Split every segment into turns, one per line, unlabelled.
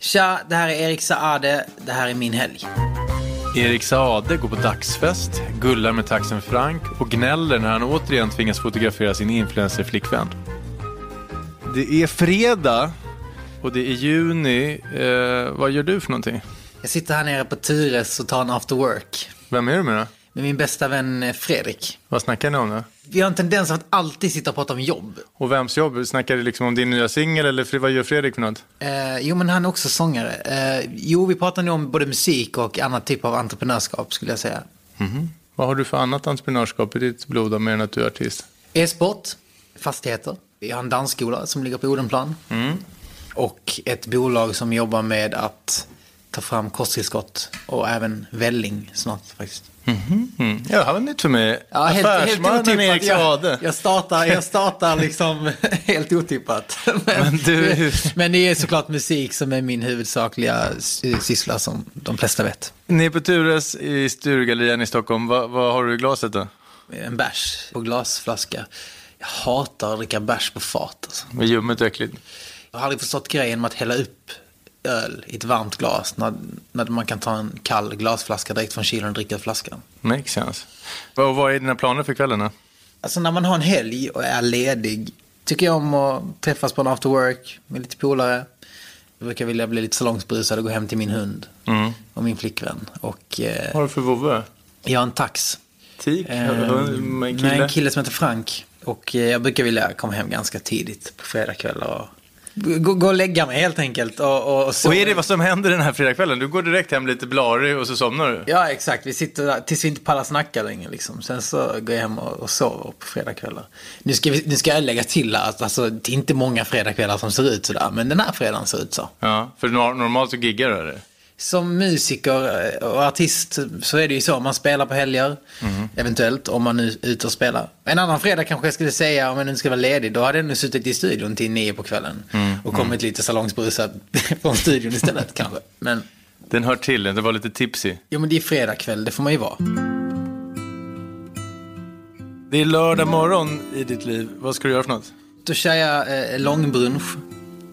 Tja, det här är Erik Saade. Det här är min helg.
Erik Saade går på dagsfest, gullar med taxen Frank och gnäller när han återigen tvingas fotografera sin influencerflickvän. Det är fredag och det är juni. Eh, vad gör du för någonting?
Jag sitter här nere på Tyres och tar en after work
Vem är du med då?
med min bästa vän eh, Fredrik.
Vad snackar ni om nu?
Vi har en tendens att alltid sitta och prata om jobb.
Och vems jobb? Snackar du liksom om din nya singel eller Fre- vad gör Fredrik för något?
Eh, jo, men han är också sångare. Eh, jo, vi pratar nu om både musik och annat typ av entreprenörskap skulle jag säga.
Vad har du för annat entreprenörskap i ditt blod då, mer än att du är artist?
E-sport, fastigheter. Vi har en dansskola som ligger på Odenplan. Och ett bolag som jobbar med att ta fram kosttillskott och även välling snart faktiskt.
Mm. Ja, han var nytt för mig.
Ja, helt, helt otippat.
Erik Saade.
Jag, jag, startar, jag startar liksom helt otippat. Men,
Men du-
men det är såklart musik som är min huvudsakliga sy- syssla som de flesta vet.
Ni är på Tures i Sturgallerian i Stockholm. Vad, vad har du i glaset då?
En bärs på glasflaska. Jag hatar att dricka bärs på fat. Alltså.
Vad ljummet och äckligt.
Jag har aldrig förstått grejen med att hälla upp öl i ett varmt glas när, när man kan ta en kall glasflaska direkt från kylen och dricka ur flaskan.
Makes sense. Vad, vad är dina planer för kvällen? Då?
Alltså när man har en helg och är ledig tycker jag om att träffas på en after work med lite polare. Jag brukar vilja bli lite salongsberusad och gå hem till min hund och min flickvän. Och eh,
Vad har du för vovve?
jag har en tax.
Tik?
Eh, med en kille som heter Frank. Och eh, jag brukar vilja komma hem ganska tidigt på fredagkvällar och gå, gå och lägga mig helt enkelt. Och, och, och, sova.
Och är det vad som händer den här fredagskvällen? Du går direkt hem lite blarig och så somnar du.
Ja exakt, vi sitter där tills vi inte pallar snacka längre liksom. Sen så går jag hem och, och sover på fredagskvällar. Nu ska, vi, nu ska jag lägga till att alltså, det är inte många fredagskvällar som ser ut sådär, men den här fredagen ser ut så.
Ja, för nor- normalt så giggar du eller?
Som musiker eh, och artist så är det ju så, man spelar på helger, eventuellt, om man nu är ute och spelar. En annan fredag kanske jag skulle säga, om jag nu inte skulle vara ledig, då hade jag nu suttit i studion till nio på kvällen och kommit lite salongsberusad från studion istället kanske. Men,
Den hör till, den var lite tipsy.
jo men det är fredagkväll, det får man ju vara.
Det är lördag morgon i ditt liv. Vad ska du göra för något?
Då kör jag eh, långbrunch,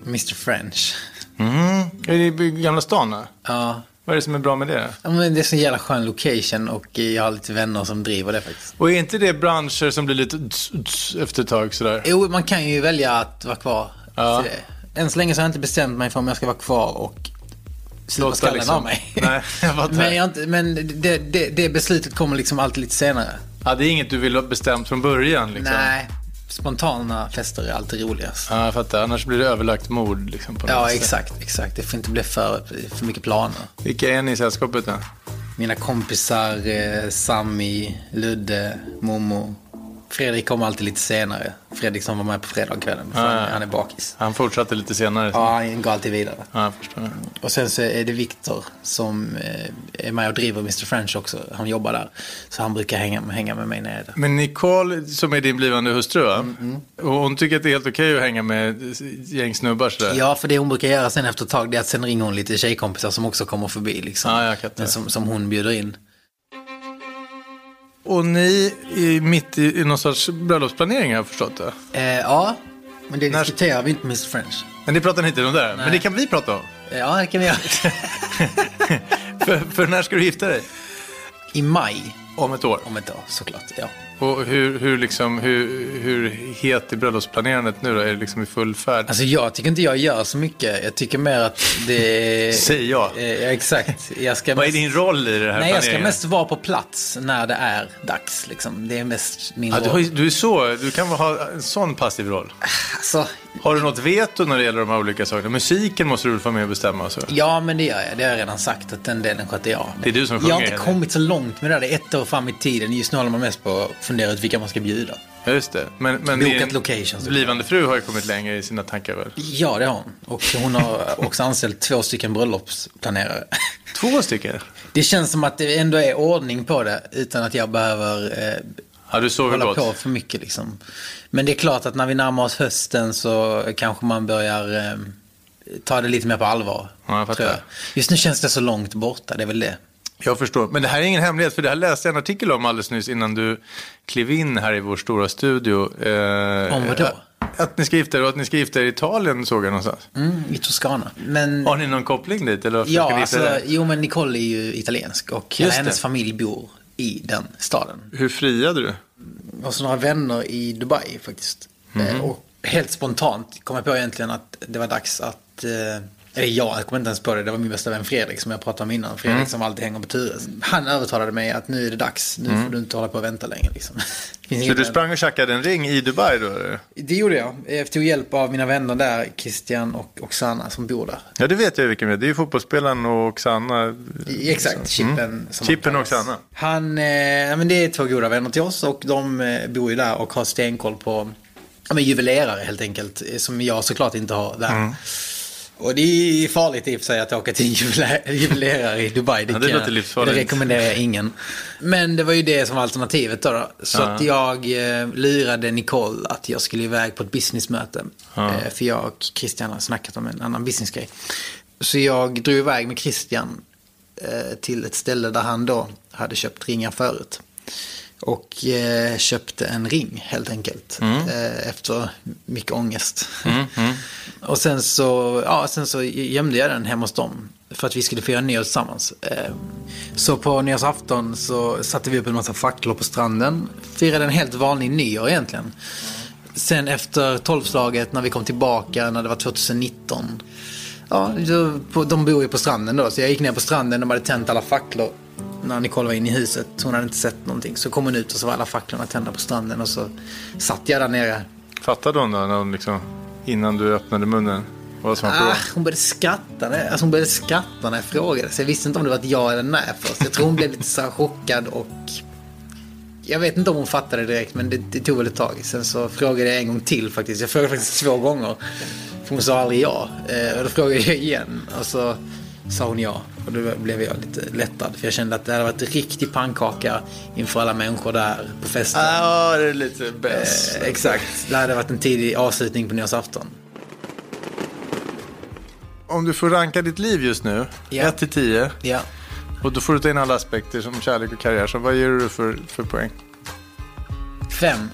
Mr French.
Mm. Är det i Gamla stan? då?
Ja,
Vad är det som är bra med det?
Ja, men det är så jävla skön location och eh, jag har lite vänner som driver det faktiskt.
Och är inte det branscher som blir lite uts, uts efter ett tag sådär?
Jo, man kan ju välja att vara kvar.
Ja.
Så det- Än så länge så har jag inte bestämt mig för om jag ska vara kvar och slipa
Låta
skallen
liksom-
av mig.
Nej, jag fattar.
men jag har inte, men det, det, det beslutet kommer liksom alltid lite senare.
Ja, det är inget du vill ha bestämt från början liksom?
Nej, spontana fester är alltid roligast.
Ja, jag fattar. Annars blir det överlagt mord liksom på något
Ja,
sätt.
exakt, exakt. Det får inte bli för, för mycket planer.
Vilka är ni i sällskapet då?
Mina kompisar eh, Sammy, Ludde, Momo. Fredrik kom alltid lite senare. Fredrik som var med på fredagskvällen. för
Ah.
han- Han är bakis.
Han fortsatte lite senare.
Ja, han går alltid vidare.
Ja, jag förstår.
Och sen så är det Viktor som eh, är med och driver Mr French också. Han jobbar där. Så han brukar hänga, hänga med mig nere där.
Men Nicole, som är din blivande hustru, va? Och hon tycker att det är helt okej att hänga med ett gäng snubbar sådär.
Ja, för det hon brukar göra sen efter ett tag det är att sen ringer hon lite tjejkompisar som också kommer förbi. Liksom.
Ah, Ja, jag fattar.
Men som, som hon bjuder in.
Och ni är mitt i, i någon sorts bröllopsplanering har jag förstått det.
Eh, ja, men det
När-
diskuterar vi inte med Mr French.
Men det pratar ni inte om där. Men det kan vi prata om.
Eh, Ja, det kan vi göra.
för, för när ska du gifta dig?
I maj,
Om ett år.
om ett år såklart. Ja.
Och hur, hur, liksom, hur, hur het är bröllopsplanerandet nu då? Är det liksom i full färd?
Alltså jag tycker inte jag gör så mycket. Jag tycker mer att det...
Säger jag.
Eh, Ja, exakt. Jag ska
Vad är
mest-
din roll i det här
Nej, jag ska
planeringen?
mest vara på plats när det är dags. Liksom. Det är mest min
Ja,
roll.
du, har, ju- du är så, du kan ha en sån passiv roll.
Alltså,
Har du något veto när det gäller de här olika sakerna? Musiken måste du väl få med och bestämma? alltså. Så.
ja, men det gör jag. Det har jag redan sagt att den delen sköter jag.
Det är du som
Jag har
sjunger,
inte
eller?
kommit så långt med det. här. Det är ett år fram i tiden. Just nu håller man mest på att fundera ut vilka man ska bjuda.
Ja, just det. Men, men
Bokat
din
locations.
blivande fru har ju kommit längre i sina tankar väl?
Ja, det har hon. Och hon har också anställt två stycken bröllopsplanerare.
Två stycken?
Det känns som att det ändå är ordning på det utan att jag behöver eh,
Ja, du sover
hålla
gott.
på för mycket liksom. Men det är klart att när vi närmar oss hösten så kanske man börjar eh, ta det lite mer på allvar.
Ja, jag fattar.
tror Just nu känns det så långt borta, det är väl det.
Jag förstår. Men det här är ingen hemlighet, för det här läste jag en artikel om alldeles nyss innan du klev in här i vår stora studio. Eh,
Om vadå?
eh, Att ni ska gifta er och att ni ska gifta er i Italien såg jag någonstans.
Mm, I Toscana. Men,
Har ni någon koppling dit? Eller varför ska
ja,
ni gifta
alltså,
er?
jo men Nicole är ju italiensk och hela
Just det.
hennes familj bor i den staden.
Hur friade du?
Och så några vänner i Dubai faktiskt.
Mhm.
Eh, Och helt spontant kom jag på egentligen att det var dags att... Eh, eller jag kom inte ens på det, det var min bästa vän Fredrik som jag pratade om innan. Fredrik
Mm.
som alltid hänger på Tyres. Han övertalade mig att nu är det dags, nu får du inte hålla på och vänta längre. Liksom. Det finns
Mm. Så
inget
du
att-
sprang och tjackade en ring i Dubai då? Eller?
Det gjorde jag. Jag tog hjälp av mina vänner där, Christian och Oksana som bor där.
Ja, det vet jag vilken det är. Det är ju fotbollsspelaren och Oksana.
I-
Mm.
Exakt, Chippen. Som
Chippen
han
och
kallas.
Sanna.
Han, eh, ja, men det är två goda vänner till oss och de eh, bor ju där och har stenkoll på ja, men juvelerare helt enkelt. eh, Som jag såklart inte har där.
Mm.
Och det är farligt i och för sig att åka till en juvelä- juvelerare i Dubai.
Ja, det
kan jag-
låter livsfarligt.
Det rekommenderar jag ingen. Men det var ju det som var alternativet då. då. Så
Ja.
att jag eh, lurade Nicole att jag skulle iväg på ett businessmöte.
Ja.
Eh, för jag och Christian har snackat om en annan businessgrej. Så jag drog iväg med Christian eh, till ett ställe där han då hade köpt ringar förut. Och eh, köpte en ring helt enkelt.
Mm.
Eh, efter mycket ångest. Mm. och sen så, ja, sen så gömde jag den hemma hos dem. För att vi skulle fira nyår tillsammans. Eh, så på nyårsafton så satte vi upp en massa facklor på stranden. Firade en helt vanlig nyår egentligen. Sen efter tolvslaget när vi kom tillbaka när det var 2019. Ja, då- på- de bor ju på stranden då. Så jag gick ner på stranden, de hade tänt alla facklor. När Nicole var inne i huset, hon hade inte sett någonting. Så kom hon ut och så var alla facklorna tända på stranden och så satt jag där nere.
Fattade hon då när hon liksom, innan du öppnade munnen? Vad som var
Ah,
frågan?
hon började skratta när, alltså hon började skratta när jag frågade. Så jag visste inte om det var ett ja eller nej först. Jag tror hon blev lite så här chockad och... Jag vet inte om hon fattade direkt, men det, det tog väl ett tag. Sen så frågade jag en gång till faktiskt. Jag frågade faktiskt två gånger. För hon sa aldrig ja. Eh, och då frågade jag igen. Och så sa hon ja. Och då blev jag lite lättad. För jag kände att det hade varit en riktig pannkaka inför alla människor där på festen.
Ja, det är lite bäst.
Eh, exakt. Det hade varit en tidig avslutning på nyårsafton.
Eh, Om du får ranka ditt liv just nu,
Ja.
1 till 10,
Ja.
och då får du ta in alla aspekter som kärlek och karriär, så vad ger du för, för poäng?
Fem.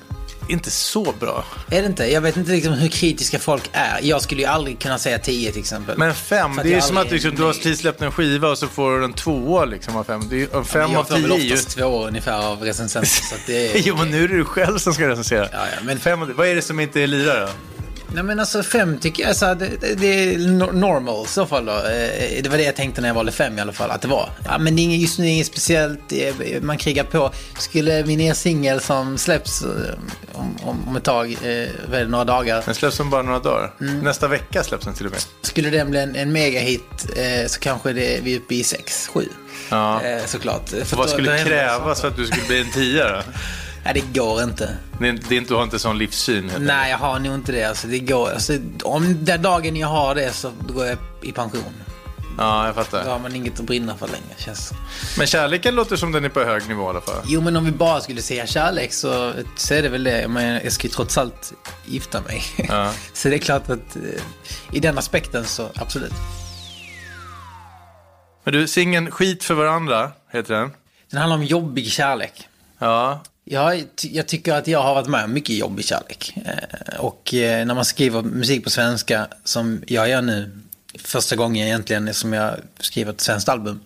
Inte så bra.
Är det inte? Jag vet inte liksom hur kritiska folk är. Jag skulle ju aldrig kunna säga 10 till exempel.
Men fem,
För att
det är ju
jag
som
aldrig
att liksom,
är
du har
nöjd.
precis släppt en skiva och så får du en tvåa liksom av fem. Det är, ju- en fem av
jag får
tio
väl
är ju...
oftast två år ungefär av recensenter. Så att det är...
Jo, men nu är det du själv som ska recensera.
Ja, ja, men-
fem, av tio. vad är det som inte lirar då?
Nej men alltså fem tycker jag, alltså, det, det- det är no- normal i så fall då. Eh, Det var det jag tänkte när jag valde fem i alla fall, att det var. Ja, men det är inget, just nu är det inget speciellt, eh, man krigar på. Skulle min nya singel som släpps eh, om, om, om ett tag, eh, väl några dagar,
Den släpps om bara några dagar. Nästa vecka släpps den till och med.
Skulle den bli en, en megahit eh, så kanske det, vi är uppe i sex, sju.
Ja.
Eh, såklart. För
Vad
då- då
skulle
händer det sånt.
krävas för att du skulle bli en tia då?
Nej, det går inte.
Det är, det är inte, du har inte sån livssyn. heller.
Nej, jag har nog inte det. Alltså, det går. Alltså, om den dagen jag har det så går jag i pension.
Ja, jag
Då
fattar.
har man inget att brinna för längre. Känns.
Men kärleken låter som den är på hög nivå i alla fall.
Jo, men om vi bara skulle säga kärlek så, så är det väl det. Men jag ska ju trots allt gifta mig.
Ja.
så det är klart att eh, i den aspekten så absolut.
Men du, singeln Skit för varandra heter den.
Den handlar om jobbig kärlek.
Ja.
Jag, ty- jag tycker att jag har varit med om mycket jobbig kärlek. Eh, Och eh, när man skriver musik på svenska, som jag gör nu, första gången egentligen som jag skriver ett svenskt album,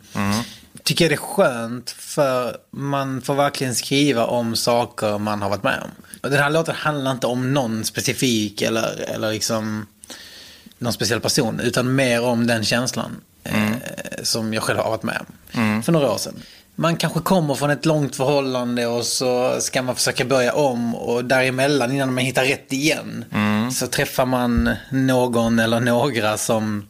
tycker jag det är skönt för man får verkligen skriva om saker man har varit med om. Och den här låten handlar inte om någon specifik eller, eller liksom någon speciell person, utan mer om den känslan eh, som jag själv har varit med om för några år sedan. Man kanske kommer från ett långt förhållande och så ska man försöka börja om och däremellan innan man hittar rätt igen så träffar man någon eller några som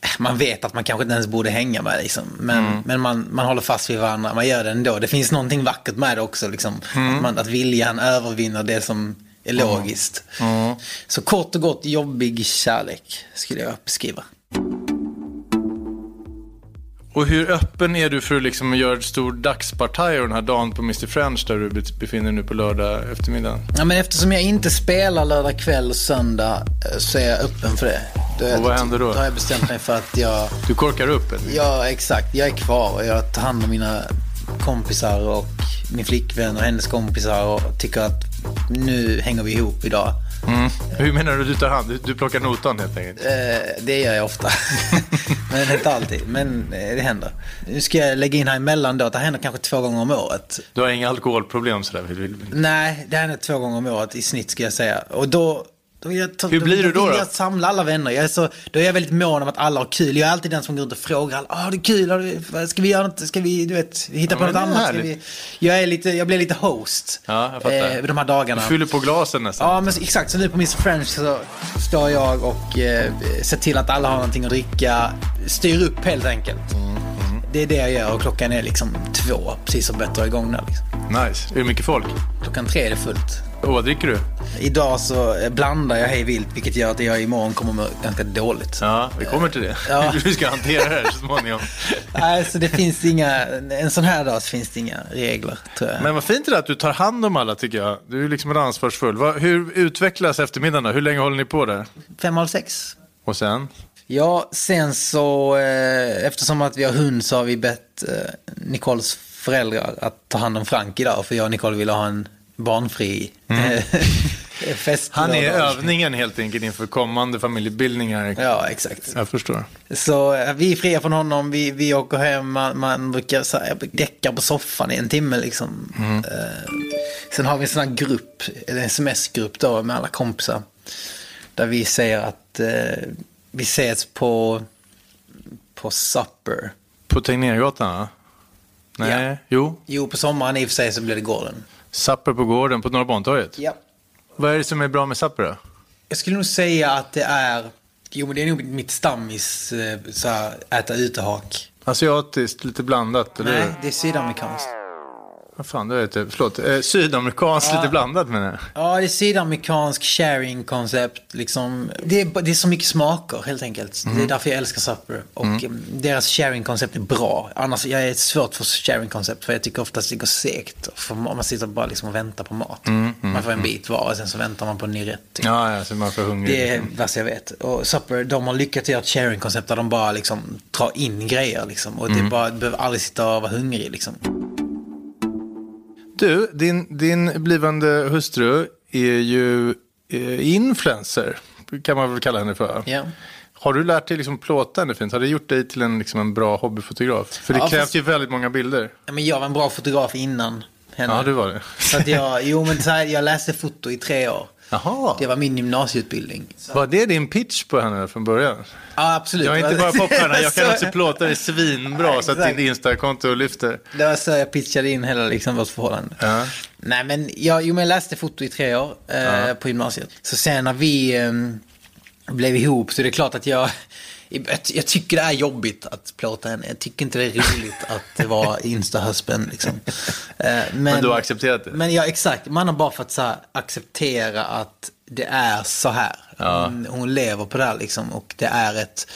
eh, man vet att man kanske inte ens borde hänga med. Liksom. Men,
Mm.
men man, man håller fast vid varandra, man gör det ändå. Det finns någonting vackert med det också. Liksom.
Mm.
Att, man, att viljan övervinner det som är logiskt.
Mm.
Så kort och gott jobbig kärlek skulle jag beskriva.
Och hur öppen är du för att liksom göra ett stort dagspartaj av den här dagen på Mr. French där du bet- befinner dig nu på lördag eftermiddag?
Ja, men eftersom jag inte spelar lördag kväll och söndag eh, så är jag öppen för det. Då är
Och vad
jag-
händer då?
Då har jag bestämt mig för att jag,
Du korkar upp eller?
ja exakt, jag är kvar och jag tar hand om mina kompisar och min flickvän och hennes kompisar och tycker att nu hänger vi ihop idag.
Mm. Hur menar du du tar hand? Du, du plockar notan helt enkelt?
Eh, det gör jag ofta. Men inte alltid. Men eh, det händer. Nu ska jag lägga in här emellan då att det händer kanske två gånger om året.
Du har inga alkoholproblem sådär? vill- vill- vill-
Nej, det händer två gånger om året i snitt ska jag säga. Och då... då jag, tar-
Hur blir du då,
vill
då?
Jag samlar alla vänner. Jag är så, då är jag väldigt mån om att alla har kul. Jag är alltid den som går runt och frågar alla. Ah, det är kul. Har du- vad Ska vi göra något? Ska vi, du vet, hitta
Ja,
på
men
något
det är
annat? Ska vi,
härligt.
jag, är lite, jag blir lite host.
Ja, jag fattar.
eh, de här
Du
dagarna.
fyller på glasen nästan.
Ja, men så- exakt. Så nu på Miss French så står jag och eh, ser till att alla har någonting att dricka. Styr upp helt enkelt.
Mm,
Det är det jag gör och klockan är liksom två, precis som bett drar igång där. Liksom.
Nice. Är det mycket folk?
Klockan tre är det fullt.
Och vad dricker du?
Idag så eh, blandar jag hej vilt, vilket gör att jag imorgon kommer må ganska dåligt.
Ja, vi kommer till det.
Ja.
Hur vi ska hantera det här så småningom.
Nej, så det finns inga, en sån här dag så finns det inga regler, tror jag.
Men vad fint det där att du tar hand om alla tycker jag. Du är liksom en ansvarsfull. Vad- hur utvecklas eftermiddagen då? Hur länge håller ni på där?
Fem, halv sex?
Och sen?
Ja, sen så, eh, eftersom att vi har hund så har vi bett eh, Nicoles föräldrar att ta hand om Frank idag, för jag och Nicole ville ha en barnfri mm. fest.
Han är övningen helt enkelt inför kommande familjebildningar.
Ja, exakt.
Jag förstår.
Så eh, vi är fria från honom, vi, vi åker hem, man, man brukar så här, däcka på soffan i en timme liksom. Eh, sen har vi en sån här grupp, eller en sms-grupp då med alla kompisar. Där vi säger att eh, vi ses på, på supper.
På Tegnérgatan va? Nej,
Ja.
jo.
Jo, på sommaren i och för sig så blir det gården.
Supper på gården på Norra Bantorget.
Ja.
Vad är det som är bra med Supper då?
Jag skulle nog säga att det är, jo men det är nog mitt stammis, eh, så här, äta utehak.
Asiatiskt, lite blandat, eller
Nej,
hur?
det är sydamerikanskt.
Vad fan, det är inte... Förlåt. Eh, sydamerikanskt, lite blandat menar jag.
Ja, det är sydamerikansk sharing-koncept. Liksom. Det, är, det är så mycket smaker helt enkelt. Det är därför jag älskar Supper. Och eh, deras sharing-koncept är bra. Annars jag är svårt för sharing-koncept för jag tycker oftast det går segt. För man man sitter bara liksom och väntar på mat. man får en bit var och sen så väntar man på en ny rätt. typ.
Ja, ja, så man får hungrig.
Det är vad jag vet. Och Supper, de har lyckats göra ett sharing-koncept där de bara liksom drar in grejer. Liksom. Och det är bara, du behöver aldrig sitta och vara hungrig. Liksom.
Du, din, din blivande hustru är ju eh, influencer, kan man väl kalla henne för.
Ja.
Har du lärt dig liksom plåta henne fint? Har det gjort dig till en, liksom en bra hobbyfotograf? För det
Ja,
krävs
fast-
ju väldigt många bilder.
Ja, Men jag var en bra fotograf innan henne.
Ja, du var det.
Så att jag, jo men så här, jag läste foto i tre år.
Jaha,
Det var min gymnasieutbildning.
var det din pitch på henne från början?
Ja, absolut.
Jag är inte bara popstjärna, jag kan
Så-
också plåta dig svinbra så att
Exakt.
din Insta-konto lyfter.
Det var så jag pitchade in hela liksom, vårt förhållande.
Ja.
Nej, men jag, jo, men jag läste foto i tre år eh, på gymnasiet. Så sen när vi eh, blev ihop så är det klart att jag, jag, ty- jag tycker det är jobbigt att plåta henne. Jag tycker inte det är roligt att vara instahusband. Liksom. Eh,
Men du har accepterat det?
Men ja, exakt. Man har bara fått så här, acceptera att det är så här. Hon, hon lever på det här liksom och det är ett...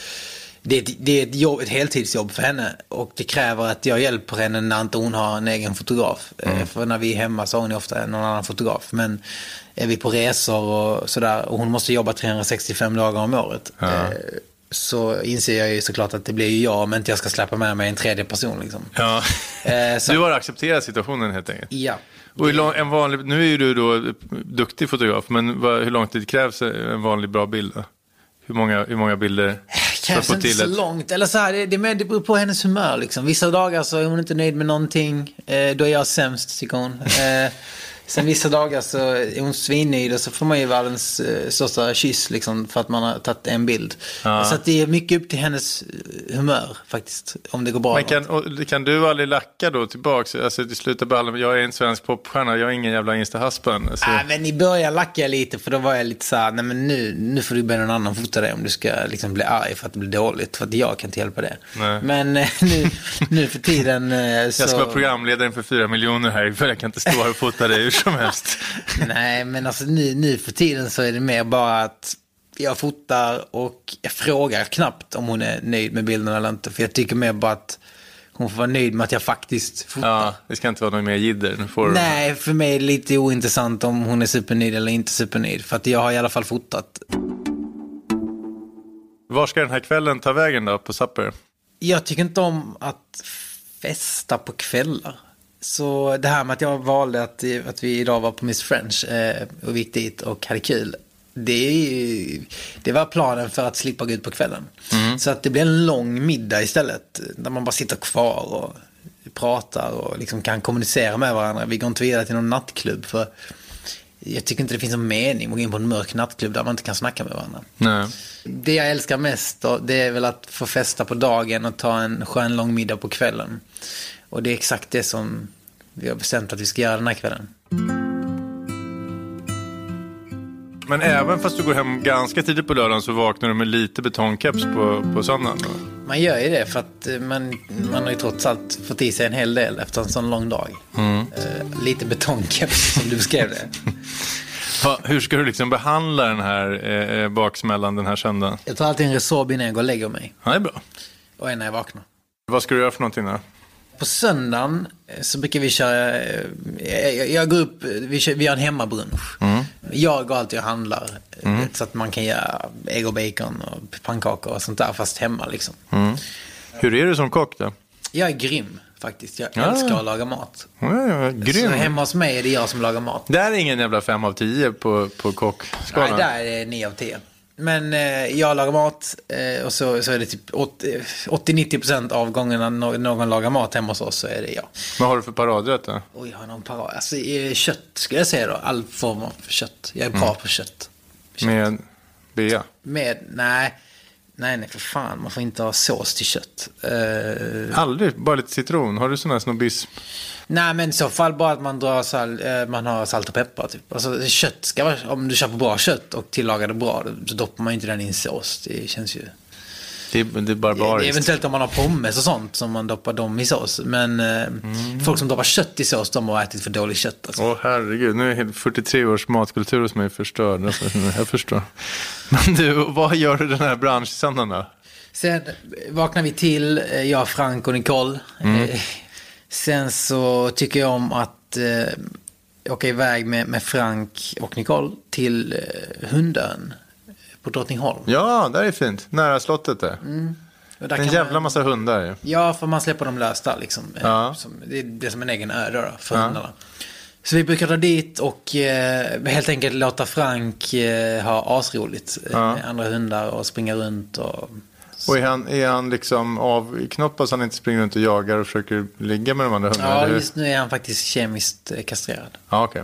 Det är, ett, det är ett, jobb, ett heltidsjobb för henne och det kräver att jag hjälper henne när inte hon har en egen fotograf. Eh, För när vi är hemma så har hon ju ofta någon annan fotograf. Men är vi på resor och sådär och hon måste jobba 365 dagar om året. eh, Så inser jag ju såklart att det blir ju jag om inte jag ska släppa med mig en tredje person. Liksom.
Ja.
Eh, så,
Du har accepterat situationen helt enkelt?
ja.
Och hur lång, en vanlig, nu är ju du då duktig fotograf, men vad, hur lång tid krävs en vanlig bra bild? Då? Hur, många, hur många bilder för att
Kanske
få
Eh, inte
till
så
ett?
långt. Eller så här, det, det, med- det beror på hennes humör. Liksom. Vissa dagar så är hon inte nöjd med någonting. Eh, då är jag sämst, tycker hon. Eh, sen vissa dagar så är hon svinnöjd och så får man ju världens eh, största kyss liksom, för att man har tagit en bild. Så att det är mycket upp till hennes eh, humör faktiskt. Om det går bra.
Men kan, och, kan du aldrig lacka då tillbaks? Alltså till slut av alla, jag är en svensk popstjärna, jag är ingen jävla instahaspen. Alltså,
Nej, men i början lackade jag lite för då var jag lite så här, nej men nu, nu får du be någon annan fota dig om du ska liksom bli arg för att det blir dåligt. För att jag kan inte hjälpa det.
Nej.
Men eh, nu, nu för tiden eh, så...
jag ska vara programledaren för fyra miljoner här för jag kan inte stå här och fota dig hur som helst.
Nej, men alltså nu, nu för tiden så är det mer bara att jag fotar och jag frågar knappt om hon är nöjd med bilderna eller inte. För jag tycker mer bara att hon får vara nöjd med att jag faktiskt fotar.
Ja, det ska inte vara något mer jidder. Nu får du-
Nej, för mig är det lite ointressant om hon är supernöjd eller inte supernöjd. För att jag har i alla fall fotat.
Var ska den här kvällen ta vägen då på Supper?
Jag tycker inte om att festa på kvällar. Så det här med att jag valde att, att vi idag var på Miss French eh, och vi gick dit och hade kul. det, är ju- det var planen för att slippa gå ut på kvällen. Så att det blir en lång middag istället. Där man bara sitter kvar och pratar och liksom kan kommunicera med varandra. Vi går inte vidare till någon nattklubb. för Jag tycker inte det finns någon mening att gå in på en mörk nattklubb där man inte kan snacka med varandra.
Nej.
Det jag älskar mest då, det är väl att få festa på dagen och ta en skön lång middag på kvällen. Och det är exakt det som vi har bestämt att vi ska göra den här kvällen.
Men även fast du går hem ganska tidigt på lördagen så vaknar du med lite betongkeps på, på söndagen. då?
Man gör ju det för att eh, man, man har ju trots allt fått i sig en hel del efter en sån lång dag. Eh, lite betongkeps som du beskrev det.
Va, hur ska du liksom behandla den här eh, eh, baksmällan den här söndagen?
Jag tar alltid en Resorb innan jag går och lägger mig.
Ja, det är bra.
Och en när jag vaknar.
Vad ska du göra för någonting då?
På söndagen eh, så brukar vi köra, eh, jag, jag går upp, eh, vi, kör, vi har en hemmabrunch. Jag går alltid och handlar eh, så att man kan göra ägg och bacon och pannkakor och sånt där fast hemma liksom.
Hur är du som kock då?
Jag är grym faktiskt, jag
Ah.
älskar att laga mat.
Ja, ja,
Så
grym.
hemma hos mig är det jag som lagar mat.
Där är ingen jävla fem av tio på, på
Nej,
kockskalan.
där är det 9 av 10. Men eh, jag lagar mat eh, och så, så är det typ åt- eh, 80-90% av gångerna nå- någon lagar mat hemma hos oss så är det jag.
Vad har du för paradrätt då?
Oj, jag har någon parad. Alltså eh, kött skulle jag säga då. All form av kött. Jag är bra på kött.
Med bea?
Med, nej. Nej, nej för fan. Man får inte ha sås till kött. Eh,
Aldrig, bara lite citron. Har du sån här snobbism?
Nej men i så fall bara att man, drar sal, eh, man har salt och peppar typ. Alltså kött ska vara, om du köper bra kött och tillagar det bra, då- då doppar man ju inte den i en sås. Det känns ju...
Det är, det är
Det är
barbariskt.
eventuellt om man har pommes och sånt som man doppar dem i sås. Men eh, folk som doppar kött i sås, de har ätit för dåligt kött. Alltså.
Åh herregud, nu är helt 43 års matkultur hos mig förstörd. Alltså, Jag förstår. Men du, vad gör du den här branschsöndagen då?
Sen vaknar vi till, eh, jag, Frank och Nicole.
Mm.
Eh, Sen så tycker jag om att eh, åka iväg med, med Frank och Nicole till eh, Hundön på Drottningholm.
Ja, där är fint. Nära slottet där.
Och Mm. där
En
kan
jävla
man,
massa hundar ju.
ja, för man släpper dem lösta liksom. Eh,
Ja.
Som, det, är, det är som en egen ö då, då, för hundarna. Så vi brukar dra dit och eh, helt enkelt låta Frank eh, ha asroligt eh,
Ja.
med andra hundar och springa runt och
Och är han, är han liksom avknoppad så han inte springer runt och jagar och försöker ligga med de andra hundarna?
Ja,
eller hur?
just nu är han faktiskt kemiskt eh, kastrerad.
Ja, okej.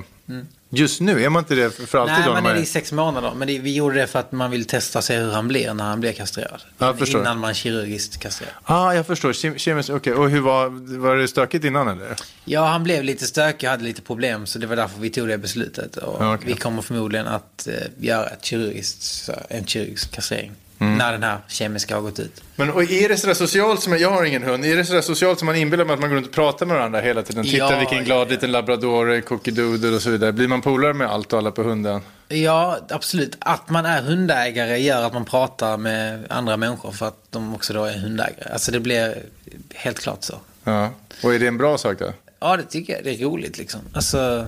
Just nu, är man inte det för för alltid?
Mm. Nej,
då, när
man är
man
det i sex månader. Men det, vi gjorde det för att man vill testa sig hur han blir när han blir kastrerad.
Ja, jag förstår.
innan man kirurgiskt kastrerar.
Ah, jag förstår. Kem- Kemiskt, okej. Och hur var, var det stökigt innan eller?
Ja, han blev lite stökig och hade lite problem. Så det var därför vi tog det beslutet. Och
Ja, okej.
Vi kommer förmodligen att eh, göra ett kirurgiskt, så- en kirurgisk kastrering.
Mm.
När den här kemiska har gått ut.
Men och är det sådär socialt som, jag har ingen hund, är det sådär socialt som man inbillar mig att man går runt och pratar med varandra hela tiden? Titta
Ja,
vilken
ja,
glad
ja.
liten labrador, cockydoodle och så vidare. Blir man polare med allt och alla på hunden?
Ja, absolut. Att man är hundägare gör att man pratar med andra människor för att de också då är hundägare. Alltså det blir helt klart så.
Ja. Och är det en bra sak då?
Ja, det tycker jag. Det är roligt liksom. Alltså,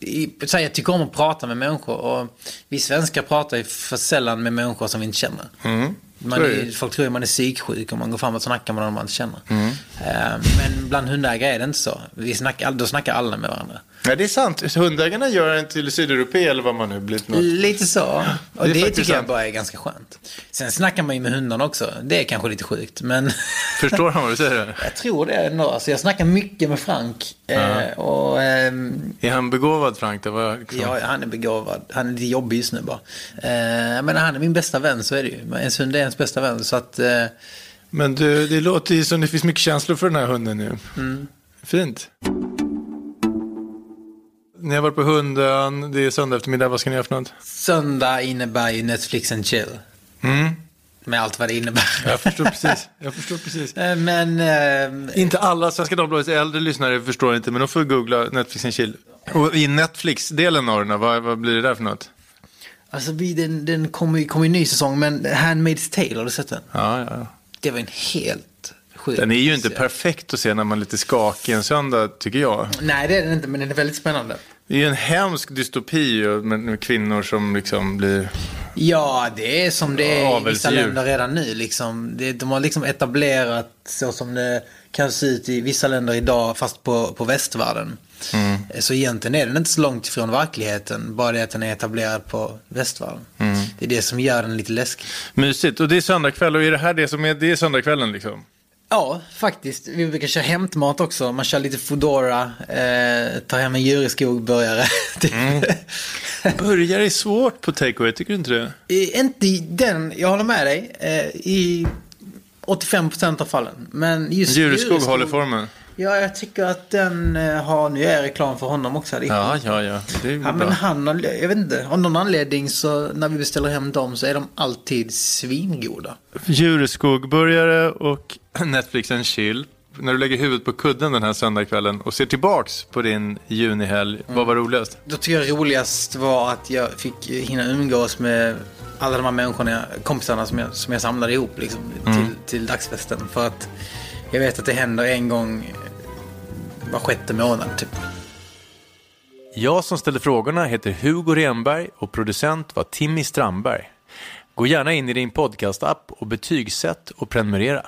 i, så här, jag tycker om att prata med människor. Och vi svenskar pratar ju för sällan med människor som vi inte känner. Man
Mm. så är
är,
det. Mm.
folk tror ju man är psyksjuk om man går fram och snackar med någon man inte känner. Eh, men bland hundägare är det inte så. Vi snackar, då snackar alla med varandra.
Ja, det är sant. Hundägarna gör en till sydeuropé eller vad man nu blivit. Något.
Lite så. Och
Det är
det,
faktiskt
tycker
sant.
jag bara är ganska skönt. Sen snackar man ju med hundarna också. Det är kanske lite sjukt, men...
Förstår han vad du säger?
Jag tror det ändå. Alltså jag snackar mycket med Frank. Eh, Och, ehm,
Är han begåvad Frank? Det var liksom...
Ja, han är begåvad. Han är lite jobbig just nu bara. Eh, men han är min bästa vän, så är det ju. Men Ens hund är ens bästa vän, så att... Eh,
Men du, det låter ju som det finns mycket känslor för den här hunden nu.
Mm.
Fint. Ni har varit på hunden, det är söndag eftermiddag, vad ska ni göra för något?
söndag innebär ju Netflix and chill.
Mm.
Med allt vad det innebär.
Jag förstår precis. Jag förstår precis.
Eh, men... Eh,
Inte alla Svenska Dagbladets äldre lyssnare förstår inte, men de får googla Netflix and chill. Och i Netflix-delen av den, här, vad, vad blir det där för något?
alltså, vi, den, den kommer ju kommer ju en ny säsong, men Handmaid's Tale, har du sett den?
Ja, ja, ja.
Det var en helt sjuk...
Den är ju inte perfekt att se när man är lite skakig en söndag, tycker jag.
Nej, det är den inte, men den är väldigt spännande.
Det är ju en hemsk dystopi ju, med, med kvinnor som liksom blir...
Ja, det är som det är i vissa
Avelsdjur.
länder redan nu. Liksom. Det, de har liksom etablerat så som det kan se ut i vissa länder idag, fast på, på västvärlden. Mm. Så egentligen är den inte så långt ifrån verkligheten. Bara det att den är etablerad på Västvarv. Mm. Det är det som gör den lite läskig.
Mysigt. Och det är söndagkväll och är det här det som är, det är söndagskvällen liksom?
Ja, faktiskt. Vi brukar köra hämtmat också. Man kör lite Foodora, eh, tar hem en Jureskog-burgare. typ.
Mm. Burgare är svårt på takeaway, tycker du inte det?
Eh, Inte i den, jag håller med dig, eh, i 85% av fallen. Men just
Jureskog håller formen.
Ja, jag tycker att den eh, har, nu är jag reklam för honom också. Det är
Ja, ja, ja. Det är
Ja, men
bra.
han, har- jag vet inte, av någon anledning så när vi beställer hem dem så är de alltid svingoda.
Djurskogburgare och Netflix and chill. När du lägger huvudet på kudden den här söndagskvällen och ser tillbaks på din junihelg, vad var roligast?
Då tycker jag roligast var att jag fick hinna umgås med alla de här människorna, kompisarna som jag, som jag samlade ihop liksom,
Mm.
till, till dagsfesten. För att jag vet att det händer en gång var sjätte månad typ.
Jag som ställde frågorna heter Hugo Renberg och producent var Timmy Strandberg. Gå gärna in i din podcastapp och betygsätt och prenumerera.